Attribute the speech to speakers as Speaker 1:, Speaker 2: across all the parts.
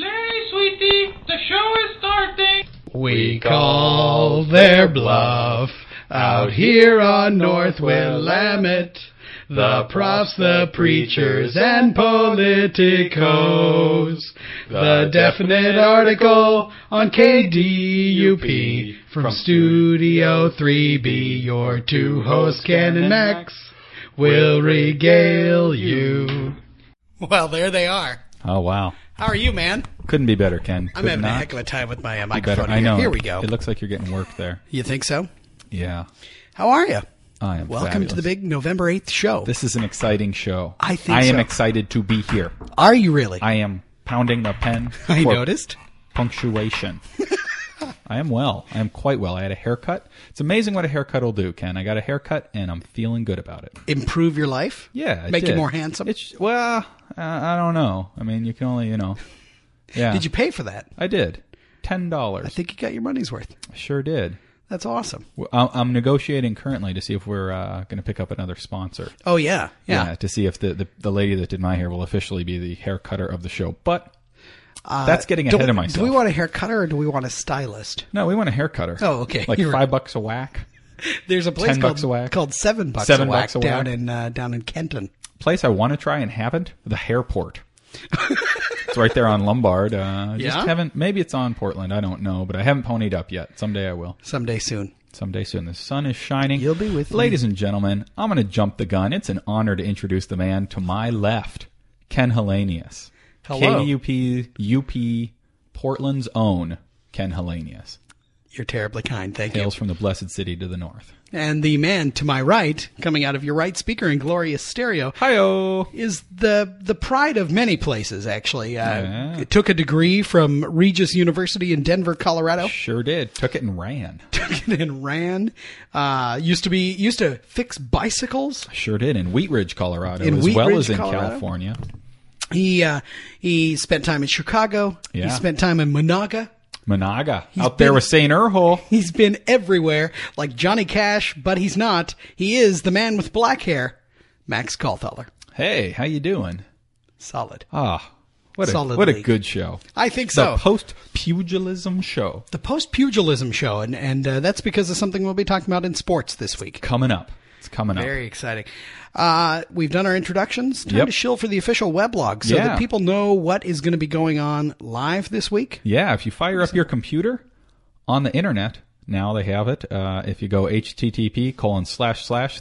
Speaker 1: Yay, sweetie, the show is starting.
Speaker 2: We call their bluff out here on North Willamette. The profs, the preachers, and politicos. The definite article on KDUP from Studio 3B. Your two hosts, Ken and Max, will regale you. Well, there they are.
Speaker 3: Oh wow!
Speaker 2: How are you, man?
Speaker 3: Couldn't be better, Ken.
Speaker 2: I'm
Speaker 3: Could
Speaker 2: having a
Speaker 3: not
Speaker 2: heck of a time with my uh,
Speaker 3: be better.
Speaker 2: microphone.
Speaker 3: I
Speaker 2: here.
Speaker 3: know.
Speaker 2: Here we go.
Speaker 3: It looks like you're getting work there.
Speaker 2: you think so?
Speaker 3: Yeah,
Speaker 2: How are you?
Speaker 3: I am.
Speaker 2: Welcome to the
Speaker 3: fabulous.
Speaker 2: big November 8th show.
Speaker 3: This is an exciting show.
Speaker 2: I think
Speaker 3: I am
Speaker 2: so.
Speaker 3: excited to be here.
Speaker 2: Are you really?
Speaker 3: I am pounding the pen.
Speaker 2: I
Speaker 3: for
Speaker 2: noticed.
Speaker 3: punctuation. I am well. I am quite well. I had a haircut. It's amazing what a haircut will do, Ken. I got a haircut and I'm feeling good about it.
Speaker 2: Improve your life?
Speaker 3: Yeah, it
Speaker 2: Make you
Speaker 3: did.
Speaker 2: more handsome?
Speaker 3: It's well, uh, I don't know. I mean, you can only you know. Yeah,
Speaker 2: Did you pay for that?
Speaker 3: I did. Ten
Speaker 2: I
Speaker 3: dollars.
Speaker 2: think you got your money's worth.
Speaker 3: Sure did.
Speaker 2: That's awesome.
Speaker 3: Well, I'm I'm negotiating currently to see if we're uh, going to pick up another sponsor.
Speaker 2: Oh, yeah. Yeah.
Speaker 3: to see if the, the, the lady that did my hair will officially be the hair cutter of the show. But that's getting
Speaker 2: Do-
Speaker 3: ahead of myself.
Speaker 2: Do Uh, we want a hair cutter or do we want a stylist?
Speaker 3: no, we want a hair cutter.
Speaker 2: Oh, okay.
Speaker 3: Like
Speaker 2: You're
Speaker 3: five
Speaker 2: right.
Speaker 3: bucks a whack.
Speaker 2: There's a place
Speaker 3: 10
Speaker 2: called,
Speaker 3: bucks a whack.
Speaker 2: called Seven Bucks
Speaker 3: Seven
Speaker 2: a Whack
Speaker 3: bucks a
Speaker 2: down
Speaker 3: whack.
Speaker 2: in uh, down in Kenton.
Speaker 3: Place I want to try and haven't the hairport. it's right there on Lombard. Uh,
Speaker 2: Yeah?
Speaker 3: Just haven't. Maybe it's on Portland. I don't know, but I haven't ponied up yet. Someday I will.
Speaker 2: Someday soon.
Speaker 3: Someday soon. The sun is shining.
Speaker 2: You'll be with me.
Speaker 3: ladies and gentlemen. I'm going to jump the gun. It's an honor to introduce the man to my left, Ken Hellenius.
Speaker 2: Hello.
Speaker 3: KUP UP Portland's own Ken Hellenius.
Speaker 2: You're terribly kind. Thank you.
Speaker 3: Hails from the blessed city to the north.
Speaker 2: And the man to my right, coming out of your right speaker in glorious stereo,
Speaker 3: Hi-oh.
Speaker 2: is the the pride of many places. Actually, uh,
Speaker 3: Yeah.
Speaker 2: it took a degree from Regis University in Denver, Colorado,
Speaker 3: Sure did. Took it and ran.
Speaker 2: took it and ran. Uh, used to be used to fix bicycles.
Speaker 3: Sure did. In Wheat Ridge, Colorado,
Speaker 2: In
Speaker 3: as
Speaker 2: Wheat
Speaker 3: well
Speaker 2: Ridge,
Speaker 3: as in
Speaker 2: Colorado?
Speaker 3: California.
Speaker 2: He uh, he spent time in Chicago. He
Speaker 3: Yeah.
Speaker 2: spent time in Monaga.
Speaker 3: Monaga. out
Speaker 2: been-
Speaker 3: there with St. Erhol.
Speaker 2: He's been everywhere, like Johnny Cash, but he's not. He is the man with black hair, Max Calthaler.
Speaker 3: Hey, how you doing?
Speaker 2: Solid.
Speaker 3: Ah, what a,
Speaker 2: Solid
Speaker 3: what a
Speaker 2: lead.
Speaker 3: good show.
Speaker 2: I think so.
Speaker 3: The post-pugilism show.
Speaker 2: the post pugilism show, and and uh, that's because of something we'll be talking about in sports this week.
Speaker 3: coming up. It's coming up.
Speaker 2: Very exciting. Uh, we've done our introductions. Time
Speaker 3: Yep.
Speaker 2: to shill for the official weblog so
Speaker 3: Yeah.
Speaker 2: that people know what is going to be going on live this week.
Speaker 3: Yeah, if you fire up your computer on the internet, now they have it. Uh, if you go http colon slash slash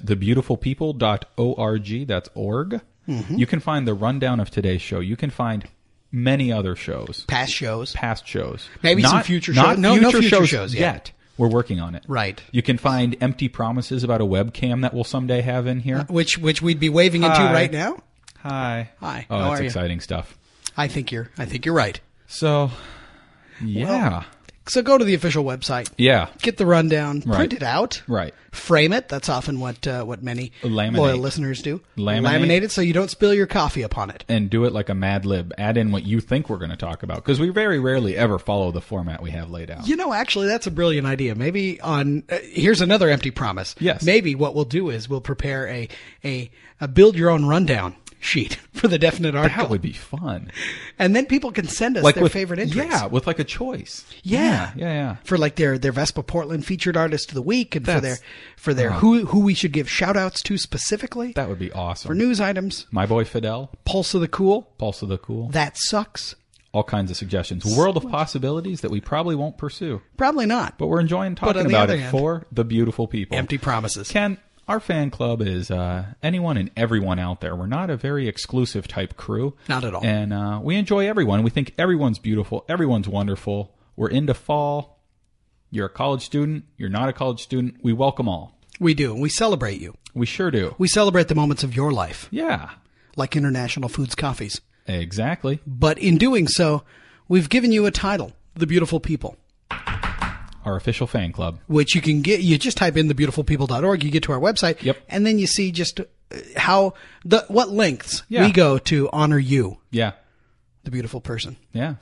Speaker 3: thebeautifulpeople.org, that's org,
Speaker 2: Mm-hmm.
Speaker 3: you can find the rundown of today's show. You can find many other shows,
Speaker 2: Past shows.
Speaker 3: past shows.
Speaker 2: Maybe some future shows.
Speaker 3: Not
Speaker 2: No,
Speaker 3: future
Speaker 2: no future
Speaker 3: shows,
Speaker 2: shows yet.
Speaker 3: yet. We're working on it.
Speaker 2: Right.
Speaker 3: You can find empty promises about a webcam that we'll someday have in here.
Speaker 2: Which which we'd be waving into
Speaker 3: Hi.
Speaker 2: right now.
Speaker 3: Hi.
Speaker 2: Hi,
Speaker 3: Oh,
Speaker 2: how
Speaker 3: that's
Speaker 2: are you?
Speaker 3: exciting stuff.
Speaker 2: I think you're I think you're right.
Speaker 3: So, yeah.
Speaker 2: So go to the official website.
Speaker 3: yeah.
Speaker 2: Get the rundown,
Speaker 3: Right.
Speaker 2: print it out,
Speaker 3: Right.
Speaker 2: frame it. That's often what uh, what many
Speaker 3: Laminate.
Speaker 2: loyal listeners do.
Speaker 3: Laminate.
Speaker 2: Laminate it so you don't spill your coffee upon it.
Speaker 3: and do it like a Mad Lib. Add in what you think we're going to talk about because we very rarely ever follow the format we have laid out.
Speaker 2: You know, actually, that's a brilliant idea. Maybe on uh, here's another empty promise.
Speaker 3: Yes.
Speaker 2: Maybe what we'll do is we'll prepare a a, a build your own rundown sheet for the definite article,
Speaker 3: That would be fun.
Speaker 2: and then people can send us
Speaker 3: Like
Speaker 2: their
Speaker 3: with
Speaker 2: favorite entries.
Speaker 3: Yeah, with like a choice.
Speaker 2: Yeah.
Speaker 3: yeah, yeah.
Speaker 2: For like their their Vespa Portland featured artist of the week, and for their
Speaker 3: That's- uh-huh.
Speaker 2: for their who who we should give shout outs to specifically
Speaker 3: That would be awesome.
Speaker 2: for news items.
Speaker 3: My boy Fidel,
Speaker 2: Pulse of the cool.
Speaker 3: Pulse of the Cool,
Speaker 2: That sucks.
Speaker 3: all kinds of suggestions. World of possibilities that we probably won't pursue,
Speaker 2: Probably not.
Speaker 3: but we're enjoying
Speaker 2: on
Speaker 3: talking
Speaker 2: the
Speaker 3: about
Speaker 2: other
Speaker 3: it
Speaker 2: hand-
Speaker 3: for the beautiful people.
Speaker 2: Empty promises.
Speaker 3: Ken, our fan club is uh, anyone and everyone out there. We're not a very exclusive type crew.
Speaker 2: Not at all.
Speaker 3: And uh, we enjoy everyone. We think everyone's beautiful. Everyone's wonderful. We're into fall. You're a college student. You're not a college student. We welcome all.
Speaker 2: We do. and We celebrate you.
Speaker 3: We sure do.
Speaker 2: We celebrate the moments of your life,
Speaker 3: Yeah,
Speaker 2: like International Foods Coffees.
Speaker 3: exactly.
Speaker 2: But in doing so, we've given you a title, The Beautiful People,
Speaker 3: Our official fan club.
Speaker 2: which you can get. You just type in thebeautifulpeople.org, you get to our website,
Speaker 3: Yep.
Speaker 2: and then you see just uh, how the what lengths
Speaker 3: Yeah.
Speaker 2: we go to honor you,
Speaker 3: Yeah,
Speaker 2: the beautiful person.
Speaker 3: yeah.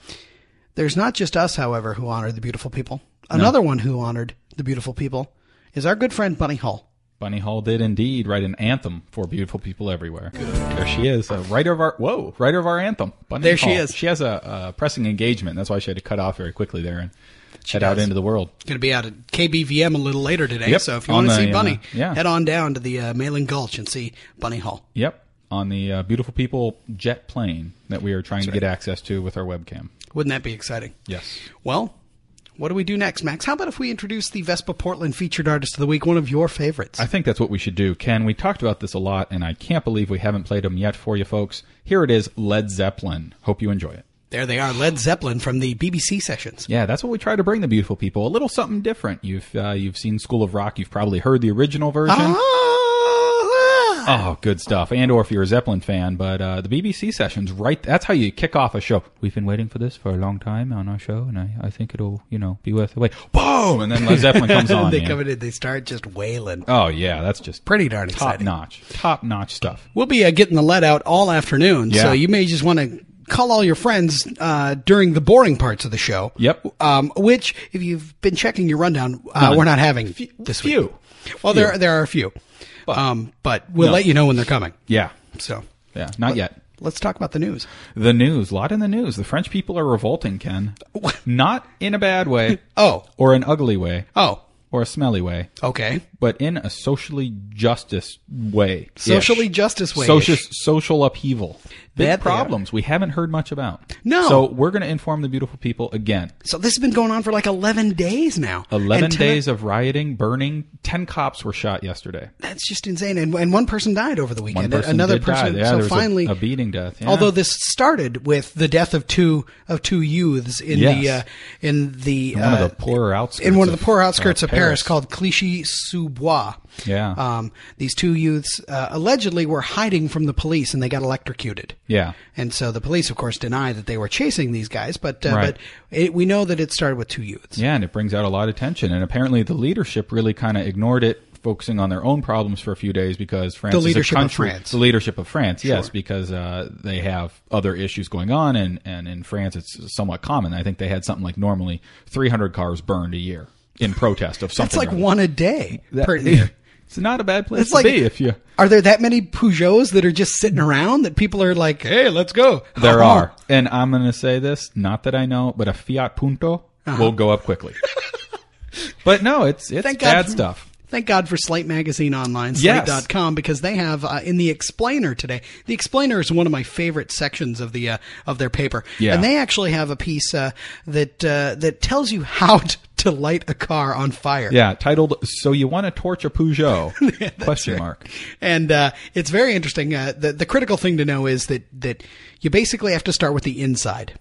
Speaker 2: There's not just us, however, who honor the beautiful people. Another one who honored the beautiful people is our good friend Bunny Hall.
Speaker 3: Bunny Hall did indeed write an anthem for beautiful people everywhere. There she is, a writer of our whoa, writer of our anthem. Bunny
Speaker 2: There she
Speaker 3: Hall.
Speaker 2: is.
Speaker 3: She has a, uh pressing engagement. That's why she had to cut off very quickly there and head out
Speaker 2: does.
Speaker 3: into the world.
Speaker 2: Going to be out at KBVM a little later today,
Speaker 3: Yep,
Speaker 2: so if you
Speaker 3: on
Speaker 2: want to
Speaker 3: the,
Speaker 2: see Bunny,
Speaker 3: uh, yeah.
Speaker 2: head on down to the uh, Malin Gulch and see Bunny Hall.
Speaker 3: Yep, on the uh, beautiful people jet plane that we are trying to get access to with our webcam.
Speaker 2: Wouldn't that be exciting?
Speaker 3: Yes.
Speaker 2: Well, what do we do next, Max? How about if we introduce the Vespa Portland featured artist of the week, one of your favorites?
Speaker 3: I think that's what we should do. Ken, we talked about this a lot, and I can't believe we haven't played them yet for you folks. Here it is Led Zeppelin. Hope you enjoy it.
Speaker 2: there they are, Led Zeppelin from the BBC sessions.
Speaker 3: Yeah, that's what we try to bring the beautiful people. A little something different. You've uh, you've seen School of Rock. You've probably heard the original version.
Speaker 2: Uh-huh. Ah!
Speaker 3: Oh, good stuff. And or if you're a Zeppelin fan, but uh, the BBC sessions, right? That's how you kick off a show. We've been waiting for this for a long time on our show, and I, I think it'll you know be worth the wait. Boom! And then Led Zeppelin comes on.
Speaker 2: they
Speaker 3: man.
Speaker 2: come in and they start just wailing.
Speaker 3: oh yeah, that's just
Speaker 2: Pretty darn
Speaker 3: top
Speaker 2: exciting.
Speaker 3: notch, top notch stuff.
Speaker 2: We'll be uh, getting the lead out all afternoon, so
Speaker 3: Yeah.
Speaker 2: you may just want to call all your friends uh, during the boring parts of the show.
Speaker 3: Yep.
Speaker 2: Um, which, if you've been checking your rundown, uh,
Speaker 3: None.
Speaker 2: we're not having this
Speaker 3: few.
Speaker 2: week. Well, there there are a few, but, um, but we'll let you know when they're coming.
Speaker 3: Yeah,
Speaker 2: So
Speaker 3: yeah, not yet.
Speaker 2: let's talk about the news.
Speaker 3: The news, a lot in the news. The French people are revolting, Ken. Not in a bad way.
Speaker 2: Oh.
Speaker 3: Or an ugly way.
Speaker 2: Oh,
Speaker 3: Or a smelly way.
Speaker 2: okay.
Speaker 3: But in a socially justice way.
Speaker 2: Socially justice way-ish.
Speaker 3: Social, social upheaval. Big
Speaker 2: That they are.
Speaker 3: problems we haven't heard much about.
Speaker 2: No.
Speaker 3: So we're going to inform the beautiful people again.
Speaker 2: So this has been going on for like eleven days now.
Speaker 3: 11
Speaker 2: And tonight-
Speaker 3: days of rioting, burning. 10 cops were shot yesterday.
Speaker 2: That's just insane. And, and one person died over the
Speaker 3: One
Speaker 2: weekend.
Speaker 3: person
Speaker 2: Another
Speaker 3: did
Speaker 2: person.
Speaker 3: die. Yeah,
Speaker 2: so
Speaker 3: there was a-
Speaker 2: finally,
Speaker 3: a, beating death. Yeah.
Speaker 2: Although this started with the death of two of two youths in the uh,
Speaker 3: Yes.
Speaker 2: in the
Speaker 3: one of
Speaker 2: uh,
Speaker 3: the poorer outskirts
Speaker 2: in one of
Speaker 3: of,
Speaker 2: the poor outskirts
Speaker 3: uh,
Speaker 2: of Paris,
Speaker 3: Paris.
Speaker 2: called Clichy-sous-Bois.
Speaker 3: Yeah.
Speaker 2: um, these two youths uh, allegedly were hiding from the police and they got electrocuted.
Speaker 3: Yeah.
Speaker 2: and so the police, of course, deny that they were chasing these guys, but uh, but
Speaker 3: Right.
Speaker 2: it, we know that it started with two youths.
Speaker 3: Yeah, and it brings out a lot of tension. And apparently, the leadership really kind of ignored it, focusing on their own problems for a few days because France
Speaker 2: The
Speaker 3: is
Speaker 2: leadership
Speaker 3: a
Speaker 2: of
Speaker 3: country.
Speaker 2: France.
Speaker 3: The leadership of France, yes, because uh, they have other issues going on, and and in France, it's somewhat common. I think they had something like normally 300 cars burned a year in protest of
Speaker 2: That's
Speaker 3: something.
Speaker 2: like
Speaker 3: or other.
Speaker 2: one a day
Speaker 3: That-
Speaker 2: per year.
Speaker 3: It's not a bad place
Speaker 2: It's
Speaker 3: to
Speaker 2: like, Uh-huh.
Speaker 3: be if you.
Speaker 2: are there that many Peugeots that are just sitting around that people are like, hey, let's go? Uh-huh.
Speaker 3: There are, and I'm going to say this, not that I know, but a Fiat Punto will go up quickly. but no, it's it's
Speaker 2: Uh-huh. Thank God
Speaker 3: bad
Speaker 2: for-
Speaker 3: stuff.
Speaker 2: Thank God for Slate Magazine Online,
Speaker 3: Yes.
Speaker 2: slate.com, because they have uh, in the Explainer today. The Explainer is one of my favorite sections of the uh, of their paper,
Speaker 3: Yeah.
Speaker 2: and they actually have a piece uh, that uh, that tells you how t- to light a car on fire.
Speaker 3: Yeah, titled "So You Want to Torch a Peugeot?" question mark.
Speaker 2: And uh, it's very interesting. Uh, the the critical thing to know is that that you basically have to start with the inside,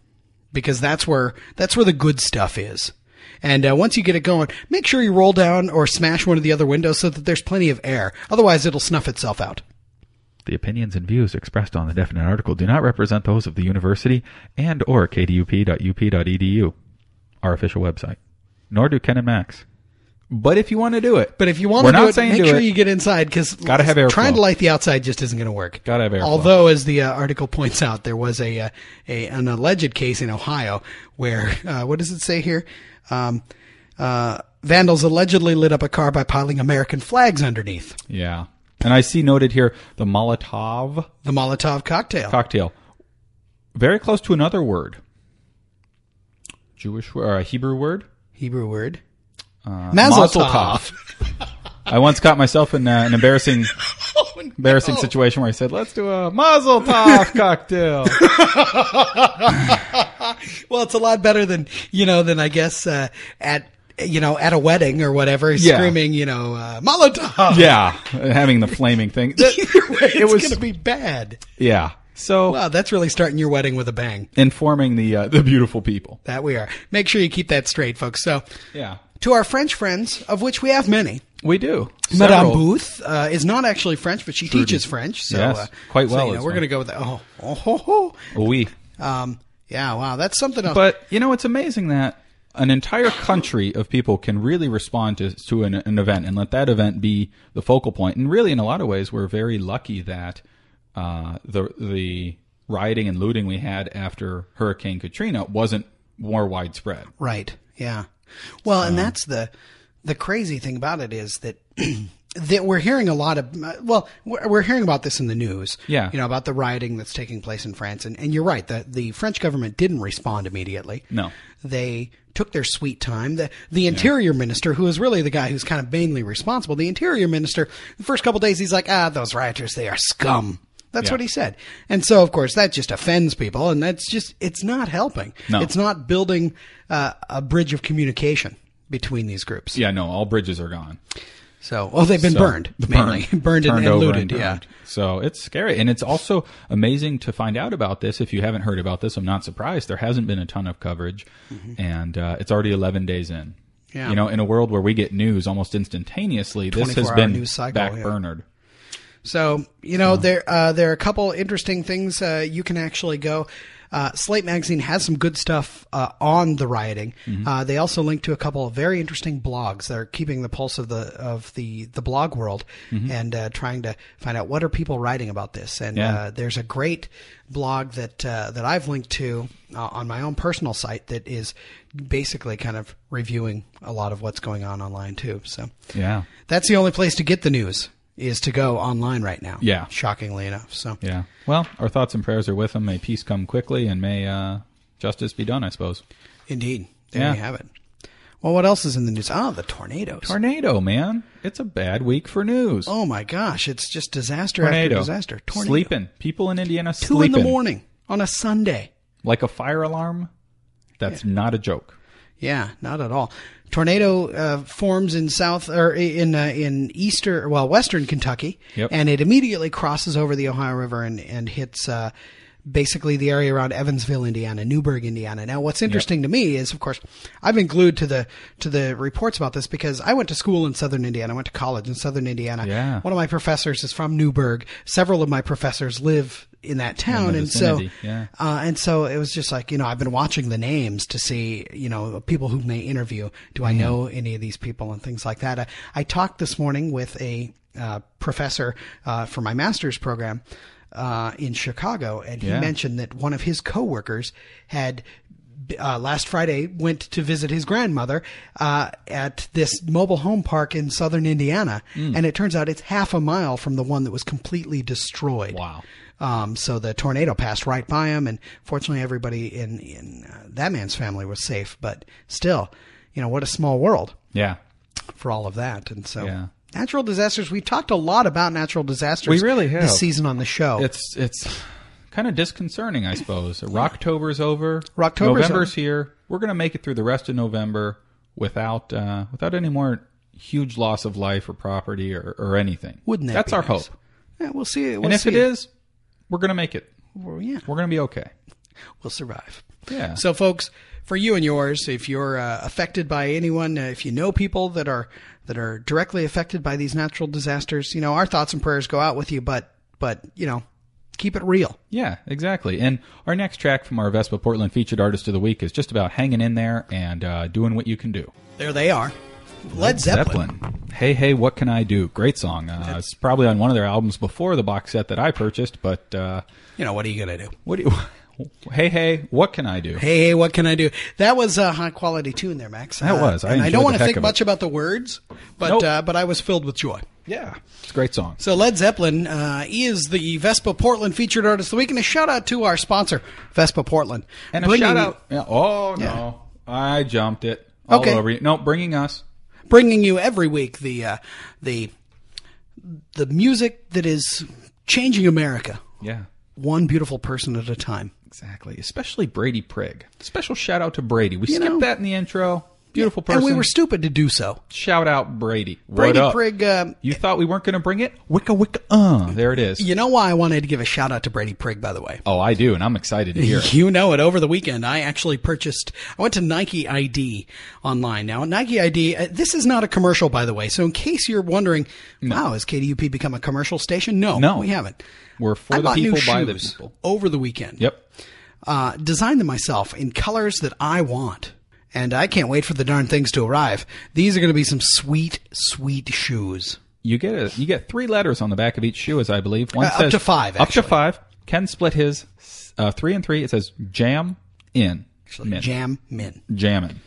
Speaker 2: because that's where that's where the good stuff is. And uh, once you get it going, make sure you roll down or smash one of the other windows so that there's plenty of air. Otherwise, it'll snuff itself out.
Speaker 3: The opinions and views expressed on the definite article do not represent those of the university and or kdup.up.edu, E our official website. Nor do Ken and Max. But if you want to do it,
Speaker 2: But if you want
Speaker 3: We're
Speaker 2: to do
Speaker 3: not
Speaker 2: it,
Speaker 3: saying
Speaker 2: make
Speaker 3: do
Speaker 2: sure
Speaker 3: it.
Speaker 2: you get inside because
Speaker 3: Gotta have airflow.
Speaker 2: Trying to light the outside just isn't going to work.
Speaker 3: Gotta have airflow.
Speaker 2: Although, as the uh, article points out, there was a, uh, a an alleged case in Ohio where uh, what does it say here? Um, uh, vandals allegedly lit up a car by piling American flags underneath
Speaker 3: yeah. And I see noted here the Molotov
Speaker 2: the Molotov cocktail.
Speaker 3: cocktail, very close to another word, Jewish word, or a Hebrew word,
Speaker 2: Hebrew word. Uh,
Speaker 3: I once caught myself in uh, an embarrassing
Speaker 2: Oh,
Speaker 3: embarrassing situation where I said, "Let's do a Mazel Tov cocktail."
Speaker 2: Well, it's a lot better than you know than I guess uh, at you know at a wedding or whatever,
Speaker 3: Yeah.
Speaker 2: screaming you know uh, Molotov.
Speaker 3: yeah, having the flaming thing.
Speaker 2: Either way, it's
Speaker 3: was-
Speaker 2: going to be bad.
Speaker 3: Yeah. So
Speaker 2: Wow, Oh, that's really starting your wedding with a bang.
Speaker 3: informing the uh, the beautiful people.
Speaker 2: That we are. Make sure you keep that straight, folks. So,
Speaker 3: Yeah,
Speaker 2: to our French friends, of which we have many,
Speaker 3: we do.
Speaker 2: Madame
Speaker 3: Several.
Speaker 2: Booth uh, is not actually French, but she teaches French. So,
Speaker 3: Yes,
Speaker 2: uh,
Speaker 3: quite
Speaker 2: so,
Speaker 3: well
Speaker 2: you know,
Speaker 3: as
Speaker 2: we're
Speaker 3: well.
Speaker 2: going to go with that. Oh, oh, ho, ho.
Speaker 3: Oui.
Speaker 2: Um, yeah, wow, that's something else.
Speaker 3: But you know, it's amazing that an entire country of people can really respond to to an, an event and let that event be the focal point. And really, in a lot of ways, we're very lucky that uh, the the rioting and looting we had after Hurricane Katrina wasn't more widespread.
Speaker 2: Right. Yeah. Well, and that's the the crazy thing about it is that that we're hearing a lot of well we're we're hearing about this in the news
Speaker 3: Yeah.
Speaker 2: you know about the rioting that's taking place in france and, and you're right the, the french government didn't respond immediately
Speaker 3: No.
Speaker 2: they took their sweet time the, the interior minister who is really the guy who's kind of mainly responsible the interior minister the first couple days he's like ah those rioters they are scum that's
Speaker 3: Yeah.
Speaker 2: what he said and so of course that just offends people and that's just it's not helping
Speaker 3: No.
Speaker 2: it's not building uh, a bridge of communication between these groups
Speaker 3: Yeah, no, all bridges are gone.
Speaker 2: so, oh, they've been
Speaker 3: So,
Speaker 2: burned, mainly burned, and,
Speaker 3: Turned
Speaker 2: and
Speaker 3: over
Speaker 2: looted.
Speaker 3: and
Speaker 2: yeah,
Speaker 3: burned. So it's scary. And it's also amazing to find out about this. If you haven't heard about this, I'm not surprised. There hasn't been a ton of coverage. And uh, it's already 11 days in.
Speaker 2: Mm-hmm. Yeah.
Speaker 3: You know, in a world where we get news almost instantaneously, this has
Speaker 2: 24-hour
Speaker 3: been
Speaker 2: news cycle,
Speaker 3: back
Speaker 2: yeah.
Speaker 3: burnered.
Speaker 2: So, you know, there uh, there are a couple interesting things uh, you can actually go. Uh, Slate magazine has some good stuff uh, on the rioting. Uh, they also link to a couple of very interesting blogs that are keeping the pulse of the of the the blog world and uh, trying to find out what are people writing about this. And
Speaker 3: Yeah.
Speaker 2: uh, there's a great blog that uh, that I've linked to uh, on my own personal site that is basically kind of reviewing a lot of what's going on online too. So
Speaker 3: Yeah.
Speaker 2: that's the only place to get the news is to go online right now.
Speaker 3: Yeah.
Speaker 2: Shockingly enough. So
Speaker 3: Yeah. Well, our thoughts and prayers are with them. May peace come quickly and may uh, justice be done, I suppose.
Speaker 2: indeed. There
Speaker 3: Yeah.
Speaker 2: you have it. Well, what else is in the news? Oh, the tornadoes.
Speaker 3: Tornado, man. It's a bad week for news.
Speaker 2: oh my gosh. It's just disaster
Speaker 3: tornado.
Speaker 2: after disaster. Tornado.
Speaker 3: Sleeping. People in Indiana
Speaker 2: Two
Speaker 3: sleeping.
Speaker 2: in the morning on a Sunday.
Speaker 3: Like a fire alarm. That's not a joke.
Speaker 2: Yeah, not at all. Tornado uh, forms in south or in uh, in eastern, well, western Kentucky,
Speaker 3: Yep.
Speaker 2: and it immediately crosses over the Ohio River and and hits uh, basically the area around Evansville, Indiana, Newburgh, Indiana. Now, what's interesting to me is, of course, I've been glued to the to the reports about this because I went to school in southern Indiana, I went to college in southern Indiana.
Speaker 3: Yeah.
Speaker 2: one of my professors is from Newburgh. Several of my professors live in that town,
Speaker 3: the
Speaker 2: and so
Speaker 3: vicinity, yeah.
Speaker 2: uh, and so it was just like, you know, I've been watching the names to see, you know, people whom they interview. Do
Speaker 3: Hmm.
Speaker 2: I know any of these people and things like that? I, I talked this morning with a uh, professor uh, for my master's program uh, in Chicago, and he
Speaker 3: Yeah.
Speaker 2: mentioned that one of his coworkers had. Uh, last Friday, went to visit his grandmother uh, at this mobile home park in southern Indiana,
Speaker 3: Hmm.
Speaker 2: and it turns out it's half a mile from the one that was completely destroyed.
Speaker 3: Wow.
Speaker 2: Um, so the tornado passed right by him, and fortunately, everybody in in uh, that man's family was safe. But still, you know, what a small world
Speaker 3: Yeah.
Speaker 2: for all of that. And so,
Speaker 3: Yeah.
Speaker 2: natural disasters. We've talked a lot about natural disasters.
Speaker 3: We really have.
Speaker 2: this season on the show.
Speaker 3: It's it's kind of disconcerting, I suppose. Rocktober's over.
Speaker 2: Rocktober's
Speaker 3: November's
Speaker 2: over.
Speaker 3: here. We're gonna make it through the rest of November without uh, without any more huge loss of life or property or, or anything.
Speaker 2: Wouldn't that
Speaker 3: That's
Speaker 2: be
Speaker 3: our
Speaker 2: nice?
Speaker 3: hope.
Speaker 2: yeah, we'll see. We'll
Speaker 3: and if
Speaker 2: see.
Speaker 3: it is, we're gonna make it.
Speaker 2: well, yeah,
Speaker 3: We're gonna be okay.
Speaker 2: we'll survive.
Speaker 3: Yeah.
Speaker 2: So, folks, for you and yours, if you're uh, affected by anyone, uh, if you know people that are that are directly affected by these natural disasters, you know our thoughts and prayers go out with you. But but you know, keep it real.
Speaker 3: Yeah, exactly. And our next track from our Vespa Portland featured artist of the week is just about hanging in there and uh, doing what you can do.
Speaker 2: There they are, Led Zeppelin.
Speaker 3: Hey, hey, what can I do? Great song. Uh, it's probably on one of their albums before the box set that I purchased, but uh,
Speaker 2: You know what are you gonna do?
Speaker 3: what do you. Hey, hey, what can I do?
Speaker 2: Hey, hey, what can I do? That was a high quality tune there, Max. Uh,
Speaker 3: That was. I
Speaker 2: and I
Speaker 3: enjoyed
Speaker 2: don't
Speaker 3: the
Speaker 2: want to
Speaker 3: heck
Speaker 2: think
Speaker 3: of it.
Speaker 2: much about the words, but
Speaker 3: Nope.
Speaker 2: uh, but I was filled with joy.
Speaker 3: Yeah. It's a great song.
Speaker 2: So Led Zeppelin uh, is the Vespa Portland featured artist of the week, and a shout out to our sponsor, Vespa Portland.
Speaker 3: And a
Speaker 2: Bringing-
Speaker 3: shout out. Yeah, oh, no. I jumped it. All
Speaker 2: Okay.
Speaker 3: over you. No, bringing us.
Speaker 2: bringing you every week the uh, the the music that is changing America,
Speaker 3: Yeah.
Speaker 2: one beautiful person at a time.
Speaker 3: Exactly. Especially Brady Prigg. Special shout out to Brady. We skipped
Speaker 2: know-
Speaker 3: that in the intro. Beautiful person.
Speaker 2: and we were stupid to do so.
Speaker 3: Shout out Brady.
Speaker 2: Brady
Speaker 3: what up?
Speaker 2: Prigg. Um,
Speaker 3: You thought we weren't going to bring it? Wicka wicka. Uh, there it is.
Speaker 2: you know why I wanted to give a shout out to Brady Prigg, by the way.
Speaker 3: Oh, I do, and I'm excited to hear it.
Speaker 2: You know it. Over the weekend, I actually purchased. I went to Nike ID online. Now, Nike ID. Uh, this is not a commercial, by the way. So, in case you're wondering, wow, has KDUP become a commercial station? No,
Speaker 3: No.
Speaker 2: we haven't.
Speaker 3: We're
Speaker 2: I
Speaker 3: for the
Speaker 2: bought new
Speaker 3: people, by the
Speaker 2: shoes
Speaker 3: people.
Speaker 2: Over the weekend,
Speaker 3: Yep.
Speaker 2: uh, designed them myself in colors that I want. And I can't wait for the darn things to arrive. These are going to be some sweet, sweet shoes.
Speaker 3: You get a, you get three letters on the back of each shoe, as I believe. One
Speaker 2: Uh, up
Speaker 3: says-
Speaker 2: to five,
Speaker 3: Up to
Speaker 2: actually.
Speaker 3: five. Ken split his uh, three and three. It says jam in. Min.
Speaker 2: Jam min.
Speaker 3: Jamming.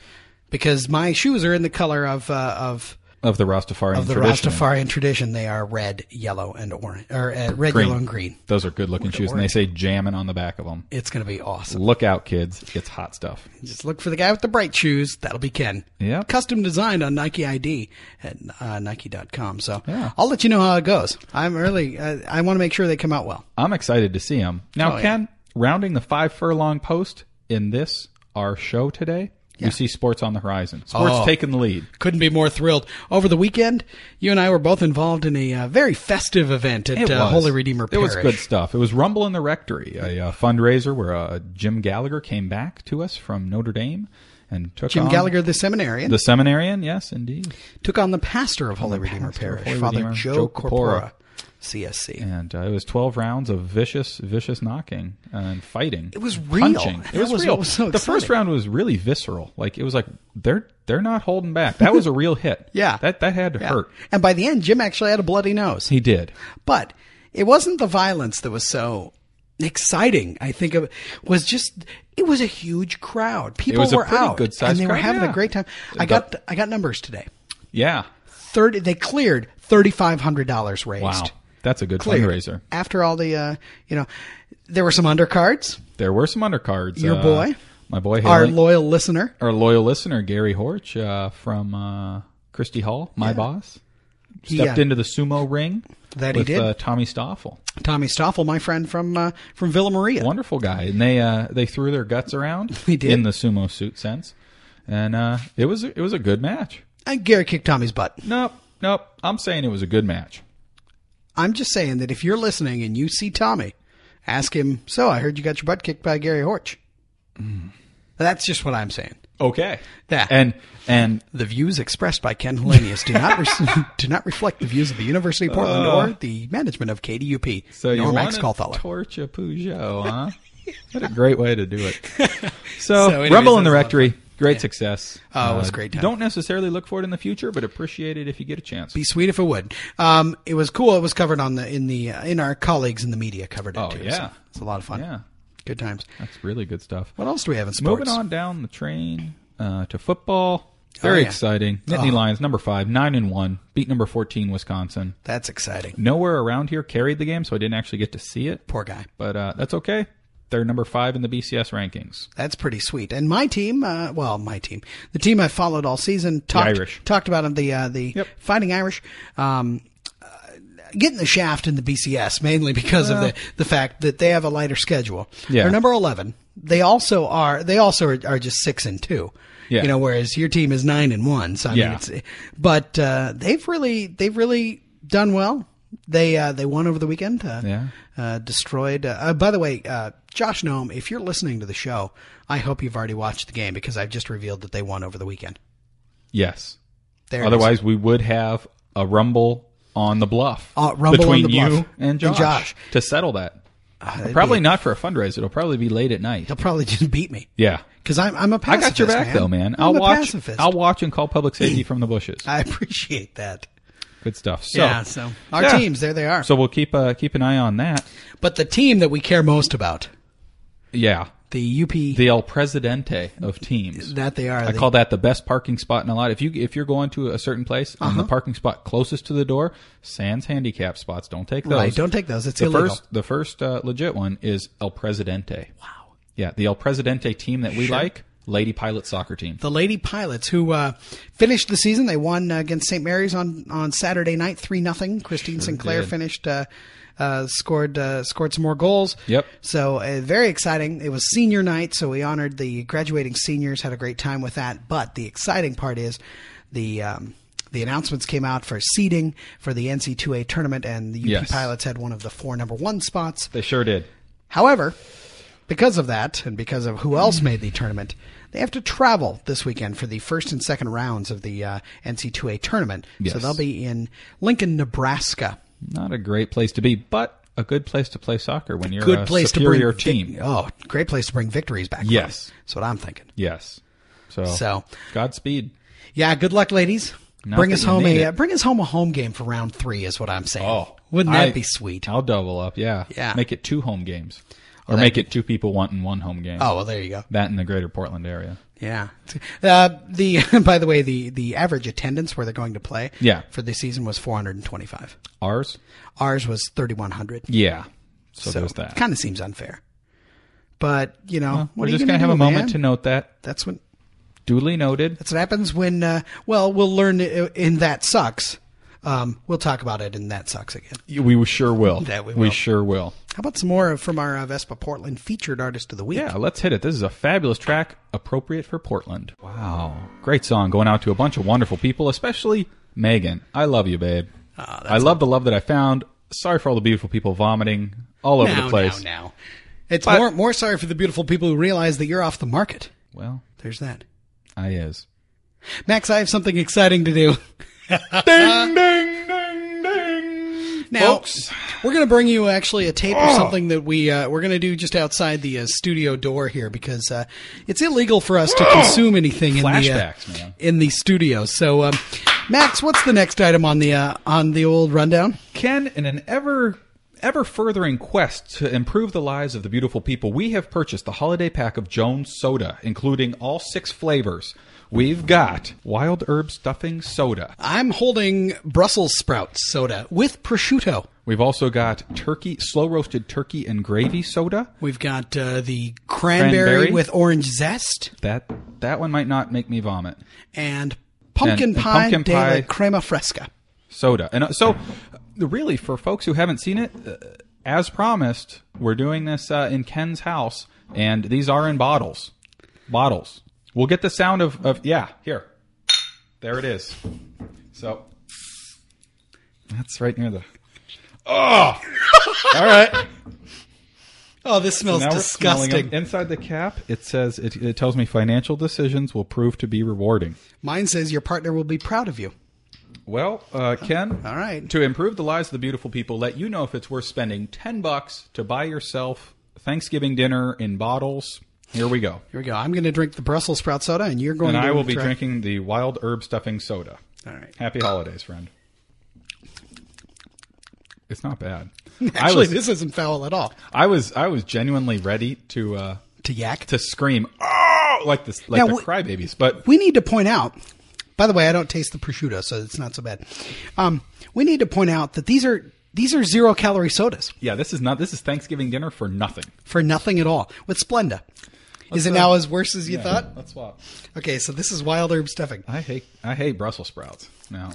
Speaker 2: Because my shoes are in the color of, uh, of
Speaker 3: of the Rastafarian
Speaker 2: of the
Speaker 3: tradition.
Speaker 2: Rastafarian tradition. They are red, yellow, and orange, or uh, red,
Speaker 3: Green.
Speaker 2: yellow, and green.
Speaker 3: Those are good looking shoes, and they say jamming on the back of them.
Speaker 2: It's going to be awesome.
Speaker 3: Look out, kids! It's hot stuff.
Speaker 2: Just look for the guy with the bright shoes. That'll be Ken.
Speaker 3: Yep.
Speaker 2: Custom designed on Nike ID at uh, Nike.com. So
Speaker 3: Yeah.
Speaker 2: I'll let you know how it goes. I'm really, uh, I want to make sure they come out well.
Speaker 3: I'm excited to see him. Now,
Speaker 2: Oh, yeah.
Speaker 3: Ken, rounding the five furlong post in this, our show today, you see sports on the horizon. Sports
Speaker 2: Oh.
Speaker 3: taking the lead.
Speaker 2: Couldn't be more thrilled. Over the weekend, you and I were both involved in a uh, very festive event at
Speaker 3: It
Speaker 2: uh,
Speaker 3: was.
Speaker 2: Holy Redeemer
Speaker 3: It
Speaker 2: Parish.
Speaker 3: was good stuff. It was Rumble in the Rectory, a uh, fundraiser where uh, Jim Gallagher came back to us from Notre Dame and took
Speaker 2: Jim
Speaker 3: on
Speaker 2: Gallagher, the seminarian,
Speaker 3: the seminarian. Yes, indeed.
Speaker 2: took on the pastor of Holy Redeemer
Speaker 3: pastor of
Speaker 2: Parish,
Speaker 3: Holy
Speaker 2: Father
Speaker 3: Redeemer,
Speaker 2: Joe,
Speaker 3: Joe
Speaker 2: Corpora,
Speaker 3: Corpora.
Speaker 2: CSC.
Speaker 3: And uh, it was 12 rounds of vicious, vicious knocking and fighting. It
Speaker 2: was real.
Speaker 3: Punching.
Speaker 2: That
Speaker 3: It was,
Speaker 2: was
Speaker 3: real.
Speaker 2: what was so
Speaker 3: the first
Speaker 2: exciting.
Speaker 3: round was really visceral. Like it was like they're they're not holding back. That was a real hit.
Speaker 2: Yeah.
Speaker 3: That that had to
Speaker 2: Yeah.
Speaker 3: hurt.
Speaker 2: And by the end, Jim actually had a bloody nose.
Speaker 3: He did.
Speaker 2: But it wasn't the violence that was so exciting. I think it was just it was a huge crowd. People
Speaker 3: was a
Speaker 2: were
Speaker 3: pretty
Speaker 2: out
Speaker 3: good-sized
Speaker 2: and they were
Speaker 3: crowd,
Speaker 2: having a
Speaker 3: yeah.
Speaker 2: great time. I
Speaker 3: The-
Speaker 2: got I got numbers today.
Speaker 3: Yeah.
Speaker 2: Thirty they cleared thirty five hundred dollars raised.
Speaker 3: Wow. That's a good
Speaker 2: Cleared.
Speaker 3: fundraiser.
Speaker 2: After all the uh, you know, there were some undercards.
Speaker 3: There were some undercards.
Speaker 2: Your
Speaker 3: Uh,
Speaker 2: boy?
Speaker 3: my boy,
Speaker 2: Our
Speaker 3: Haley,
Speaker 2: loyal listener,
Speaker 3: our loyal listener Gary Horch uh, from uh, Christy Hall, my boss,
Speaker 2: He,
Speaker 3: stepped
Speaker 2: uh,
Speaker 3: into the sumo ring.
Speaker 2: That he
Speaker 3: with,
Speaker 2: did.
Speaker 3: Uh, Tommy Stoffel.
Speaker 2: Tommy Stoffel, my friend from uh, from Villa Maria.
Speaker 3: wonderful guy, and they uh, they threw their guts around.
Speaker 2: We did.
Speaker 3: in the sumo suit sense, and uh, it was it was a good match.
Speaker 2: And Gary kicked Tommy's butt.
Speaker 3: Nope, nope. I'm saying it was a good match.
Speaker 2: I'm just saying that if you're listening and you see Tommy, ask him, So I heard you got your butt kicked by Gary Horch. That's just what I'm saying.
Speaker 3: Okay,
Speaker 2: Yeah.
Speaker 3: and and
Speaker 2: The views expressed by Ken Hellenius do not re- do not reflect the views of the University of Portland or the management of KDUP.
Speaker 3: Uh. so you
Speaker 2: nor Max
Speaker 3: want
Speaker 2: Caltholler.
Speaker 3: to torch a Peugeot, huh? what a great way to do it. So,
Speaker 2: anyways,
Speaker 3: Rumble
Speaker 2: that
Speaker 3: in the
Speaker 2: was a lot of
Speaker 3: Rectory, great success. Uh,
Speaker 2: Oh, it was a great time.
Speaker 3: Don't necessarily look for it in the future, but appreciate it if you get a chance.
Speaker 2: Be sweet if it would. Um, it was cool. It was covered on the in the uh, in our colleagues in the media covered it
Speaker 3: Oh,
Speaker 2: too.
Speaker 3: yeah.
Speaker 2: so it's a lot of fun.
Speaker 3: yeah,
Speaker 2: good times.
Speaker 3: that's really good stuff.
Speaker 2: What else do we have in sports?
Speaker 3: Moving on down the train uh, to football. Very
Speaker 2: Oh, yeah.
Speaker 3: exciting. Nittany Lions, number five, nine and one, beat number fourteen Wisconsin.
Speaker 2: That's exciting.
Speaker 3: Nowhere around here carried the game, so I didn't actually get to see it.
Speaker 2: Poor guy.
Speaker 3: But uh, that's okay. They're number five in the BCS rankings.
Speaker 2: That's pretty sweet. And my team, uh, well, my team, the team I followed all season, talked
Speaker 3: Irish.
Speaker 2: talked about the uh, the
Speaker 3: Yep.
Speaker 2: Fighting Irish. Um, uh, Getting the shaft in the BCS mainly because of the, the fact that they have a lighter schedule.
Speaker 3: Yeah.
Speaker 2: They're number eleven. They also are they also are, are just six and two.
Speaker 3: Yeah.
Speaker 2: You know, whereas your team is nine and one. So I
Speaker 3: Yeah.
Speaker 2: mean, it's, but uh, they've really they've really done well. They uh, they won over the weekend. Uh,
Speaker 3: Yeah.
Speaker 2: uh, destroyed. Uh, uh, by the way, uh, Josh Nome, if you're listening to the show, I hope you've already watched the game because I've just revealed that they won over the weekend.
Speaker 3: Yes.
Speaker 2: There it is.
Speaker 3: Otherwise, we would have a rumble on the bluff
Speaker 2: Uh, rumble on
Speaker 3: between
Speaker 2: the
Speaker 3: you
Speaker 2: bluff
Speaker 3: and
Speaker 2: and
Speaker 3: Josh,
Speaker 2: Josh.
Speaker 3: to settle that.
Speaker 2: it'd
Speaker 3: probably
Speaker 2: be-
Speaker 3: not for a fundraiser. It'll probably be late at night.
Speaker 2: he'll probably just beat me
Speaker 3: Yeah.
Speaker 2: because I'm I'm a
Speaker 3: I
Speaker 2: pacifist.
Speaker 3: got your back though, man.
Speaker 2: I'm
Speaker 3: I'll
Speaker 2: a
Speaker 3: watch.
Speaker 2: Pacifist.
Speaker 3: I'll watch and call public safety from the bushes.
Speaker 2: I appreciate that.
Speaker 3: Good stuff. So,
Speaker 2: yeah. So our
Speaker 3: Yeah.
Speaker 2: teams, there they are.
Speaker 3: So we'll keep uh, keep an eye on that.
Speaker 2: but the team that we care most about,
Speaker 3: Yeah,
Speaker 2: the UP,
Speaker 3: the El Presidente of teams.
Speaker 2: that they are.
Speaker 3: I
Speaker 2: the-
Speaker 3: call that the best parking spot in a lot. If you if you're going to a certain place and
Speaker 2: Uh-huh.
Speaker 3: the parking spot closest to the door, sans handicap spots, don't take those.
Speaker 2: Right, don't take those. It's
Speaker 3: the
Speaker 2: illegal.
Speaker 3: first the first uh, legit one is El Presidente. Wow. Yeah, the El Presidente team that we like, Lady Pilot soccer team.
Speaker 2: the Lady Pilots, who uh, finished the season. They won uh, against St. Mary's on, on Saturday night, three nothing. Christine Sinclair
Speaker 3: did.
Speaker 2: finished, uh, uh, scored uh, scored some more goals.
Speaker 3: Yep.
Speaker 2: So uh, very exciting. It was senior night, so we honored the graduating seniors. Had a great time with that. But the exciting part is the. Um, the announcements came out for seeding for the NC2A tournament, and the UP
Speaker 3: Yes.
Speaker 2: Pilots had one of the four number one spots.
Speaker 3: They sure did.
Speaker 2: However, because of that and because of who else made the tournament, they have to travel this weekend for the first and second rounds of the uh, NC2A tournament. So
Speaker 3: Yes.
Speaker 2: they'll be in Lincoln, Nebraska.
Speaker 3: Not a great place to be, but a good place to play soccer when you're
Speaker 2: Good
Speaker 3: a
Speaker 2: place to bring
Speaker 3: superior
Speaker 2: vic-
Speaker 3: team.
Speaker 2: oh, great place to bring victories back. from.
Speaker 3: Yes.
Speaker 2: that's what I'm thinking.
Speaker 3: Yes. So,
Speaker 2: So-
Speaker 3: Godspeed.
Speaker 2: Yeah, good luck, ladies.
Speaker 3: Not
Speaker 2: bring
Speaker 3: that
Speaker 2: us
Speaker 3: you
Speaker 2: home
Speaker 3: need
Speaker 2: a
Speaker 3: it.
Speaker 2: uh, bring us home a home game for round three is what I'm saying.
Speaker 3: Oh,
Speaker 2: wouldn't that
Speaker 3: I-
Speaker 2: be sweet?
Speaker 3: I'll double up. Yeah,
Speaker 2: Yeah.
Speaker 3: Make it two home games,
Speaker 2: Oh,
Speaker 3: or make
Speaker 2: that'd
Speaker 3: it two people wanting one home game.
Speaker 2: Oh well, there you go.
Speaker 3: that in the greater Portland area.
Speaker 2: Yeah. Uh, the by the way, the the average attendance where they're going to play
Speaker 3: Yeah.
Speaker 2: for the season was 425.
Speaker 3: Ours?
Speaker 2: Ours was 3100.
Speaker 3: Yeah. So, there's that.
Speaker 2: Kind of seems unfair. But, you know,
Speaker 3: We're
Speaker 2: what are you
Speaker 3: just
Speaker 2: going to
Speaker 3: have a moment to
Speaker 2: man?
Speaker 3: note that.
Speaker 2: That's what
Speaker 3: Duly noted.
Speaker 2: that's what happens when uh, well, we'll learn i- in that sucks. Um, we'll talk about it in that sucks again.
Speaker 3: We sure will.
Speaker 2: That we
Speaker 3: We
Speaker 2: will.
Speaker 3: sure will.
Speaker 2: How about some more from our uh, Vespa Portland featured artist of the week?
Speaker 3: Yeah, let's hit it. This is a fabulous track, appropriate for Portland. Wow. Great song going out to a bunch of wonderful people, especially Megan. I love you, babe.
Speaker 2: Ah,
Speaker 3: I love the love that I found. Sorry for all the beautiful people vomiting all over
Speaker 2: now,
Speaker 3: the place.
Speaker 2: now, now. It's
Speaker 3: But-
Speaker 2: more more sorry for the beautiful people who realize that you're off the market.
Speaker 3: Well,
Speaker 2: There's that.
Speaker 3: I is.
Speaker 2: Max, I have something exciting to do. Now,
Speaker 3: Folks.
Speaker 2: we're going to bring you actually a tape
Speaker 3: Oh.
Speaker 2: of something that we uh, we're going to do just outside the uh, studio door here because uh, it's illegal for us to consume anything in the uh,
Speaker 3: Oh. Flashbacks, man.
Speaker 2: in the studio. So, um, Max, what's the next item on the uh, on the old rundown?
Speaker 3: Ken, in an ever ever furthering quest to improve the lives of the beautiful people, we have purchased the holiday pack of Jones Soda, including all six flavors. We've got wild herb stuffing soda.
Speaker 2: I'm holding Brussels sprout soda with prosciutto.
Speaker 3: We've also got turkey, slow roasted turkey and gravy soda.
Speaker 2: We've got uh, the cranberry,
Speaker 3: Cranberry.
Speaker 2: with orange zest
Speaker 3: That that one might not make me vomit.
Speaker 2: and pumpkin
Speaker 3: And- and
Speaker 2: pie
Speaker 3: pumpkin
Speaker 2: de la
Speaker 3: pie.
Speaker 2: crema fresca.
Speaker 3: Soda, and uh, so uh, really for folks who haven't seen it, uh, as promised, we're doing this uh, in Ken's house, and these are in bottles. Bottles. We'll get the sound of, of yeah here, there it is. So that's right near the. Oh, all right.
Speaker 2: Oh, this smells
Speaker 3: Now we're smelling
Speaker 2: disgusting.
Speaker 3: them. Inside the cap, it says it, it tells me financial decisions will prove to be rewarding.
Speaker 2: Mine says your partner will be proud of you.
Speaker 3: Well, uh, Ken.
Speaker 2: All right.
Speaker 3: To improve the lives of the beautiful people, let you know if it's worth spending ten bucks to buy yourself Thanksgiving dinner in bottles. Here we go.
Speaker 2: Here we go. I'm going to drink the Brussels sprout soda, and you're going
Speaker 3: And
Speaker 2: to
Speaker 3: I will be
Speaker 2: try-
Speaker 3: drinking the wild herb stuffing soda.
Speaker 2: All right.
Speaker 3: Happy holidays, friend. It's not bad. I
Speaker 2: Actually,
Speaker 3: was
Speaker 2: this isn't foul at all.
Speaker 3: I was I was genuinely ready to uh,
Speaker 2: To yak.
Speaker 3: to scream oh like this like
Speaker 2: Now,
Speaker 3: the
Speaker 2: we-
Speaker 3: crybabies, but
Speaker 2: we need to point out. By the way, I don't taste the prosciutto, so it's not so bad. Um, we need to point out that these are these are zero calorie sodas
Speaker 3: yeah, this is not this is Thanksgiving dinner for nothing.
Speaker 2: for nothing at all with Splenda. is it now as worse as you
Speaker 3: Yeah,
Speaker 2: thought?
Speaker 3: Let's swap.
Speaker 2: Okay, so this is wild herb stuffing.
Speaker 3: I hate I hate Brussels sprouts. No.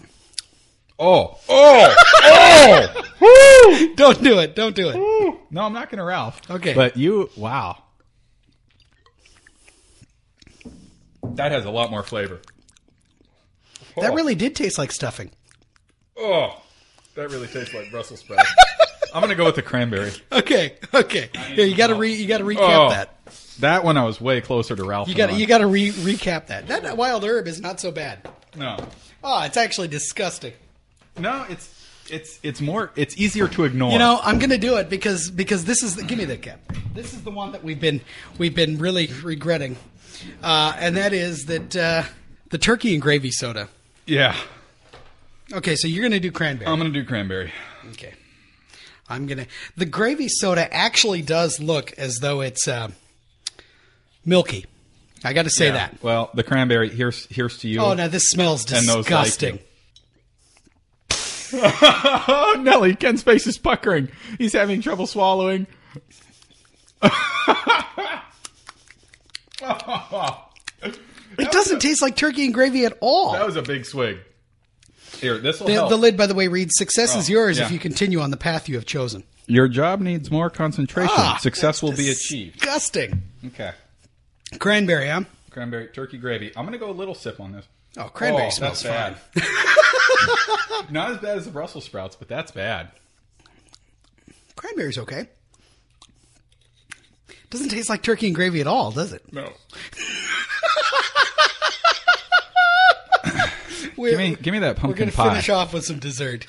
Speaker 3: Oh. Oh. oh. Woo!
Speaker 2: Don't do it. Don't do it.
Speaker 3: No, I'm not going to Ralph.
Speaker 2: Okay.
Speaker 3: But you wow. That has a lot more flavor.
Speaker 2: That really did taste like stuffing.
Speaker 3: Oh. That really tastes like Brussels sprouts. I'm going to go with the cranberry.
Speaker 2: Okay. Okay. Here, you got to re you got to recap
Speaker 3: Oh.
Speaker 2: that.
Speaker 3: That one I was way closer to Ralph.
Speaker 2: You
Speaker 3: than
Speaker 2: got to you
Speaker 3: mine.
Speaker 2: got to re recap that. That wild herb is not so bad.
Speaker 3: No.
Speaker 2: Oh, it's actually disgusting.
Speaker 3: No, it's it's it's more it's easier to ignore.
Speaker 2: You know, I'm going to do it because because this is the, give me the cap. This is the one that we've been we've been really regretting, uh, and that is that uh, the turkey and gravy soda.
Speaker 3: Yeah.
Speaker 2: Okay, so you're going to do cranberry.
Speaker 3: I'm going to do cranberry.
Speaker 2: okay, I'm going to. The gravy soda actually does look as though it's uh, milky. I got to say
Speaker 3: Yeah.
Speaker 2: that.
Speaker 3: Well, the cranberry here's here's to you.
Speaker 2: Oh no, this smells
Speaker 3: And those like you.
Speaker 2: disgusting.
Speaker 3: Oh, Nelly, Ken's face is puckering. He's having trouble swallowing.
Speaker 2: It doesn't taste like turkey and gravy at all.
Speaker 3: That was a big swig. Here, this will
Speaker 2: the,
Speaker 3: help.
Speaker 2: the lid, by the way, reads "Success is yours
Speaker 3: Oh, yeah.
Speaker 2: if you continue on the path you have chosen."
Speaker 3: Your job needs more concentration.
Speaker 2: Ah,
Speaker 3: Success will be achieved.
Speaker 2: Disgusting.
Speaker 3: Okay.
Speaker 2: Cranberry, huh?
Speaker 3: Cranberry turkey gravy. I'm going to go a little sip on this.
Speaker 2: Oh, cranberry
Speaker 3: Oh,
Speaker 2: smells
Speaker 3: that's
Speaker 2: fine.
Speaker 3: bad. Not as bad as the Brussels sprouts, but that's bad.
Speaker 2: Cranberry's okay. Doesn't taste like turkey and gravy at all, does it?
Speaker 3: No.
Speaker 2: We're,
Speaker 3: Give me, give me that
Speaker 2: we're
Speaker 3: pumpkin
Speaker 2: gonna
Speaker 3: pie.
Speaker 2: finish off with some dessert.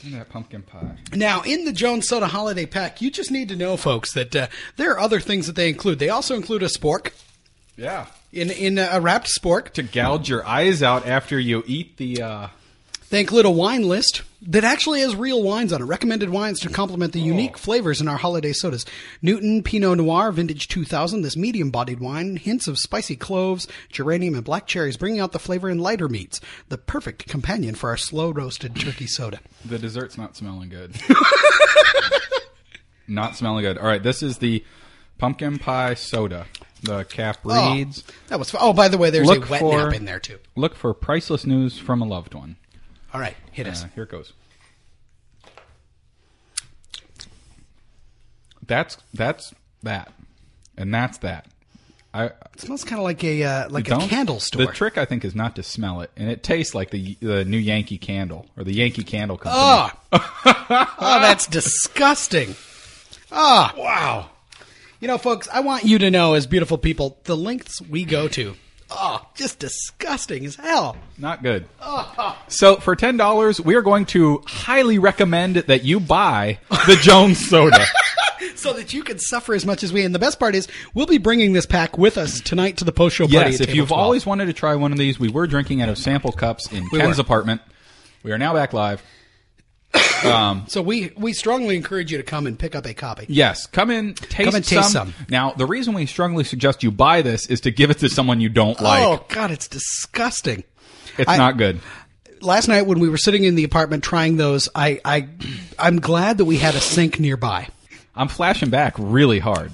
Speaker 3: Give me that pumpkin pie.
Speaker 2: Now, in the Jones Soda Holiday Pack, you just need to know, folks, that uh, there are other things that they include. They also include a spork
Speaker 3: Yeah.
Speaker 2: in in a wrapped spork.
Speaker 3: To gouge your eyes out after you eat the uh,
Speaker 2: Thank Little Wine List that actually has real wines on it, recommended wines to complement
Speaker 3: Oh.
Speaker 2: the unique flavors in our holiday sodas. Newton Pinot Noir Vintage 2000, this medium bodied wine, hints of spicy cloves, geranium, and black cherries, bringing out the flavor in lighter meats. The perfect companion for our slow roasted turkey soda.
Speaker 3: The dessert's not smelling good. not smelling good. All right, this is the pumpkin pie soda. The cap
Speaker 2: Oh,
Speaker 3: reads.
Speaker 2: that was fun. Oh, by the way, there's
Speaker 3: Look
Speaker 2: a wet
Speaker 3: for-
Speaker 2: nap in there, too.
Speaker 3: Look for priceless news from a loved one.
Speaker 2: All right, hit us.
Speaker 3: Uh, here it goes. That's that's that, and that's that. I
Speaker 2: it smells kind of like a uh, like a
Speaker 3: don't-
Speaker 2: candle store.
Speaker 3: The trick I think is not to smell it, and it tastes like the the new Yankee Candle or the Yankee Candle Company.
Speaker 2: Oh. oh, that's disgusting. Ah, wow. You know, folks, I want you to know, as beautiful people, the lengths we go to. Oh, just disgusting as hell.
Speaker 3: Not good. So for ten dollars, we are going to highly recommend that you buy the Jones soda.
Speaker 2: So that you can suffer as much as we. And the best part is, we'll be bringing this pack with us tonight to the post show party.
Speaker 3: yes,
Speaker 2: at
Speaker 3: if
Speaker 2: Table
Speaker 3: you've
Speaker 2: 12.
Speaker 3: always wanted to try one of these, we were drinking out of sample cups in
Speaker 2: We
Speaker 3: Ken's
Speaker 2: were.
Speaker 3: apartment. We are now back live.
Speaker 2: So we we strongly encourage you to come and pick up a copy.
Speaker 3: Yes, come in, taste,
Speaker 2: and taste
Speaker 3: some.
Speaker 2: some.
Speaker 3: Now, the reason we strongly suggest you buy this is to give it to someone you don't like.
Speaker 2: oh God, it's disgusting.
Speaker 3: it's
Speaker 2: I-
Speaker 3: not good.
Speaker 2: last night when we were sitting in the apartment trying those, I, I I'm glad that we had a sink nearby.
Speaker 3: I'm flashing back really hard.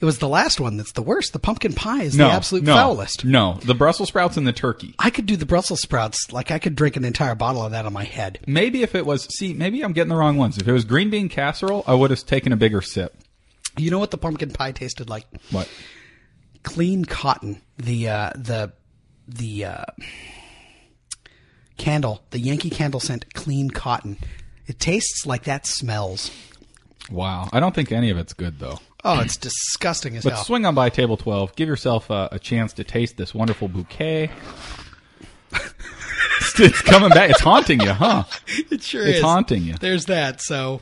Speaker 2: It was the last one that's the worst. The pumpkin pie is
Speaker 3: No,
Speaker 2: the absolute
Speaker 3: no,
Speaker 2: foulest.
Speaker 3: No, the Brussels sprouts and the turkey.
Speaker 2: I could do the Brussels sprouts like I could drink an entire bottle of that on my head.
Speaker 3: Maybe if it was, see, maybe I'm getting the wrong ones. If it was green bean casserole, I would have taken a bigger sip.
Speaker 2: You know what the pumpkin pie tasted like?
Speaker 3: What?
Speaker 2: Clean cotton. The uh, the the uh, candle, the Yankee candle scent, clean cotton. It tastes like that smells.
Speaker 3: Wow, I don't think any of it's good though.
Speaker 2: Oh, it's disgusting as
Speaker 3: But
Speaker 2: hell.
Speaker 3: swing on by table twelve, give yourself a, a chance to taste this wonderful bouquet. it's, it's coming back. It's haunting you, huh?
Speaker 2: It sure
Speaker 3: It's
Speaker 2: is.
Speaker 3: haunting you.
Speaker 2: There's that. So,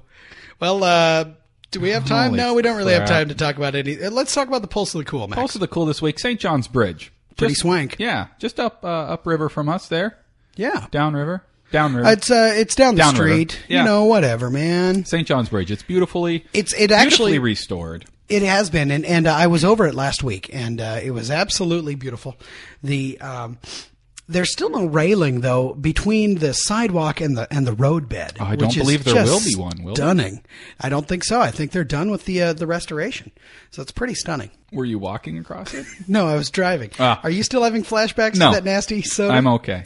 Speaker 2: well, uh, do we have time?
Speaker 3: Holy
Speaker 2: no, we don't really have
Speaker 3: crap.
Speaker 2: time to talk about any. uh, Let's talk about the pulse of the cool, Max.
Speaker 3: Also, the cool this week, St. John's Bridge.
Speaker 2: Pretty
Speaker 3: Just-
Speaker 2: swank.
Speaker 3: Yeah, just up uh, upriver from us there,
Speaker 2: Yeah.
Speaker 3: downriver, downriver.
Speaker 2: It's uh, it's down the
Speaker 3: Down river.
Speaker 2: street.
Speaker 3: Yeah.
Speaker 2: You know, whatever, man.
Speaker 3: St. John's Bridge. It's beautifully.
Speaker 2: It's it
Speaker 3: beautifully
Speaker 2: actually
Speaker 3: restored.
Speaker 2: it has been, and and uh, I was over it last week, and uh, it was absolutely beautiful. The um, there's still no railing though between the sidewalk and the and the roadbed.
Speaker 3: Oh, I don't
Speaker 2: which is
Speaker 3: believe there
Speaker 2: just
Speaker 3: will be one, will there?
Speaker 2: stunning. I don't think so. I think they're done with the uh, the restoration, so it's pretty stunning.
Speaker 3: Were you walking across it?
Speaker 2: No, I was driving.
Speaker 3: Ah.
Speaker 2: Are you still having flashbacks
Speaker 3: No.
Speaker 2: to that nasty soda?
Speaker 3: I'm okay.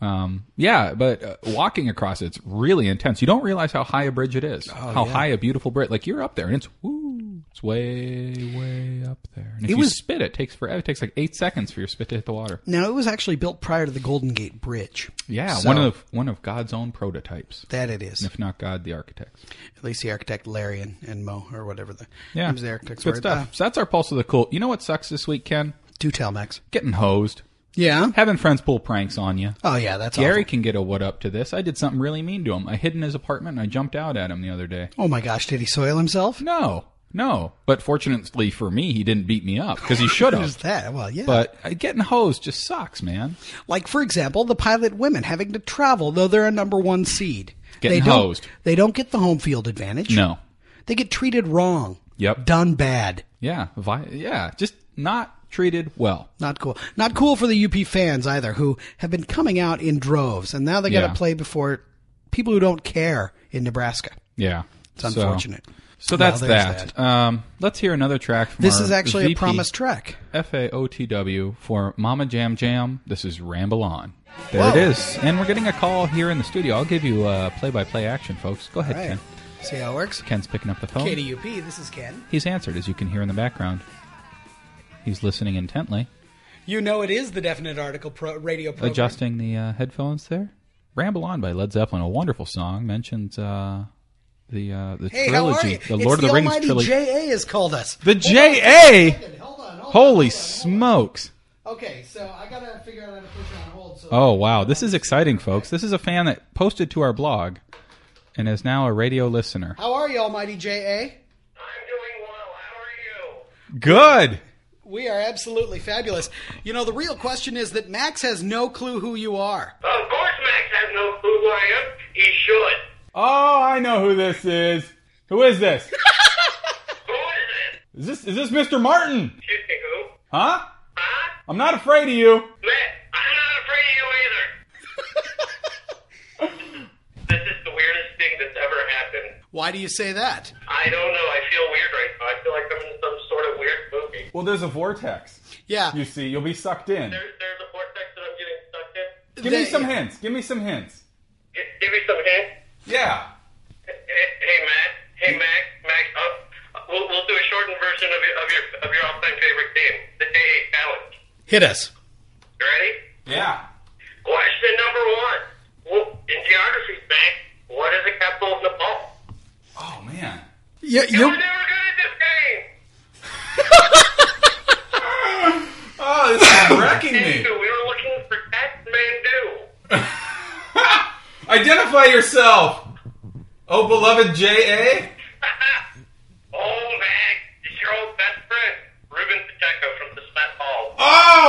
Speaker 3: Um, yeah, but uh, walking across it's really intense. You don't realize how high a bridge it
Speaker 2: Oh,
Speaker 3: is. how high a beautiful bridge. Like you're up there, and it's woo, it's way, way up there. And
Speaker 2: It
Speaker 3: if you
Speaker 2: was-
Speaker 3: spit, it takes forever. It takes like eight seconds for your spit to hit the water.
Speaker 2: now it was actually built prior to the Golden Gate Bridge.
Speaker 3: Yeah,
Speaker 2: So-
Speaker 3: one of one of God's own prototypes,
Speaker 2: that it is.
Speaker 3: if not God, the architects.
Speaker 2: At least the architect Larry and, and Mo or whatever the
Speaker 3: Yeah,
Speaker 2: names of the architects
Speaker 3: good
Speaker 2: were.
Speaker 3: stuff.
Speaker 2: Uh,
Speaker 3: so that's our pulse of the cool. You know what sucks this week, Ken?
Speaker 2: do tell, Max.
Speaker 3: Getting hosed,
Speaker 2: Yeah.
Speaker 3: having friends pull pranks on you.
Speaker 2: Oh yeah, that's
Speaker 3: Gary
Speaker 2: awful.
Speaker 3: can get a what up to this. I did something really mean to him. I hid in his apartment and I jumped out at him the other day.
Speaker 2: Oh my gosh, did he soil himself?
Speaker 3: No, no. But fortunately for me, he didn't beat me up because he should
Speaker 2: There's
Speaker 3: have.
Speaker 2: that. Well, yeah.
Speaker 3: But uh, getting hosed just sucks, man.
Speaker 2: like for example, the pilot women having to travel though they're a number one seed.
Speaker 3: Getting
Speaker 2: they don't,
Speaker 3: hosed.
Speaker 2: They don't get the home field advantage.
Speaker 3: No.
Speaker 2: They get treated wrong.
Speaker 3: Yep.
Speaker 2: Done bad.
Speaker 3: Yeah. Vi- yeah. Just not treated well.
Speaker 2: Not cool. Not cool for the UP fans either, who have been coming out in droves, and now they got
Speaker 3: Yeah.
Speaker 2: to play before people who don't care in Nebraska.
Speaker 3: Yeah.
Speaker 2: It's unfortunate.
Speaker 3: So, so that's
Speaker 2: Well, there's
Speaker 3: that. Um, let's hear another track from
Speaker 2: This
Speaker 3: our
Speaker 2: is actually
Speaker 3: VP,
Speaker 2: a promised track.
Speaker 3: F A O T W for Mama Jam Jam. This is Ramble On. There it
Speaker 2: Whoa.
Speaker 3: is. And we're getting a call here in the studio. I'll give you uh, play-by-play action, folks. Go ahead,
Speaker 2: Right.
Speaker 3: Ken.
Speaker 2: See how it works.
Speaker 3: Ken's picking up the phone.
Speaker 2: KDUP, this is Ken.
Speaker 3: He's answered, as you can hear in the background. He's listening intently,
Speaker 2: You know it is the definite article pro- radio program.
Speaker 3: adjusting the uh, headphones there. Ramble On by Led Zeppelin, a wonderful song. Mentions uh, the uh, the
Speaker 2: Hey, how are
Speaker 3: trilogy,
Speaker 2: you?
Speaker 3: the
Speaker 2: it's
Speaker 3: Lord
Speaker 2: the
Speaker 3: of the Rings
Speaker 2: almighty
Speaker 3: trilogy.
Speaker 2: JA has called us.
Speaker 3: the
Speaker 2: Hold on
Speaker 3: J.A.
Speaker 2: a second, Hold on, hold on,
Speaker 3: Holy
Speaker 2: hold on, hold
Speaker 3: smokes!
Speaker 2: on. Okay, so I gotta figure out how to put you on hold. So
Speaker 3: Oh wow, this is exciting, folks. This is a fan that posted to our blog and is now a radio listener.
Speaker 2: How are you, almighty JA?
Speaker 4: I'm doing well. How are you?
Speaker 3: Good.
Speaker 2: We are absolutely fabulous. You know, the real question is that Max has no clue who you are.
Speaker 4: Of course, Max has no clue who I am. He should.
Speaker 5: Oh, I know who this is. Who is this?
Speaker 4: Who is
Speaker 5: Is this is this Mr. Martin?
Speaker 4: it? You think who?
Speaker 5: Huh?
Speaker 4: Huh?
Speaker 5: I'm not afraid of you.
Speaker 4: Matt, I'm not afraid of you either. this is the weirdest thing that's ever happened.
Speaker 2: Why do you say that?
Speaker 4: I don't know. I feel weird right now. I feel like I'm in some sort of weird movie.
Speaker 5: Well, there's a vortex.
Speaker 2: Yeah.
Speaker 5: You see, you'll be sucked in.
Speaker 4: There, there's a vortex that I'm getting stuck in.
Speaker 5: Give me some hints. Give me some hints.
Speaker 4: G- give me some hint.
Speaker 5: Yeah.
Speaker 4: Hey, hey, Matt. Hey, Max. Max, up. We'll, we'll do a shortened version of your of your of your all-time favorite game, the Day Eight Challenge.
Speaker 2: Hit us.
Speaker 4: You ready?
Speaker 5: Yeah.
Speaker 4: Question number one. Well, in geography, Max, what is the capital of Nepal?
Speaker 5: Oh man.
Speaker 2: Yeah,
Speaker 4: You're
Speaker 2: you
Speaker 4: never good at this game.
Speaker 5: Oh, this is wrecking me.
Speaker 4: We were looking for Kathmandu.
Speaker 5: Identify yourself. Oh, beloved J.A.
Speaker 4: oh, Max, it's your old best friend, Ruben Pacheco from the Smet Hall,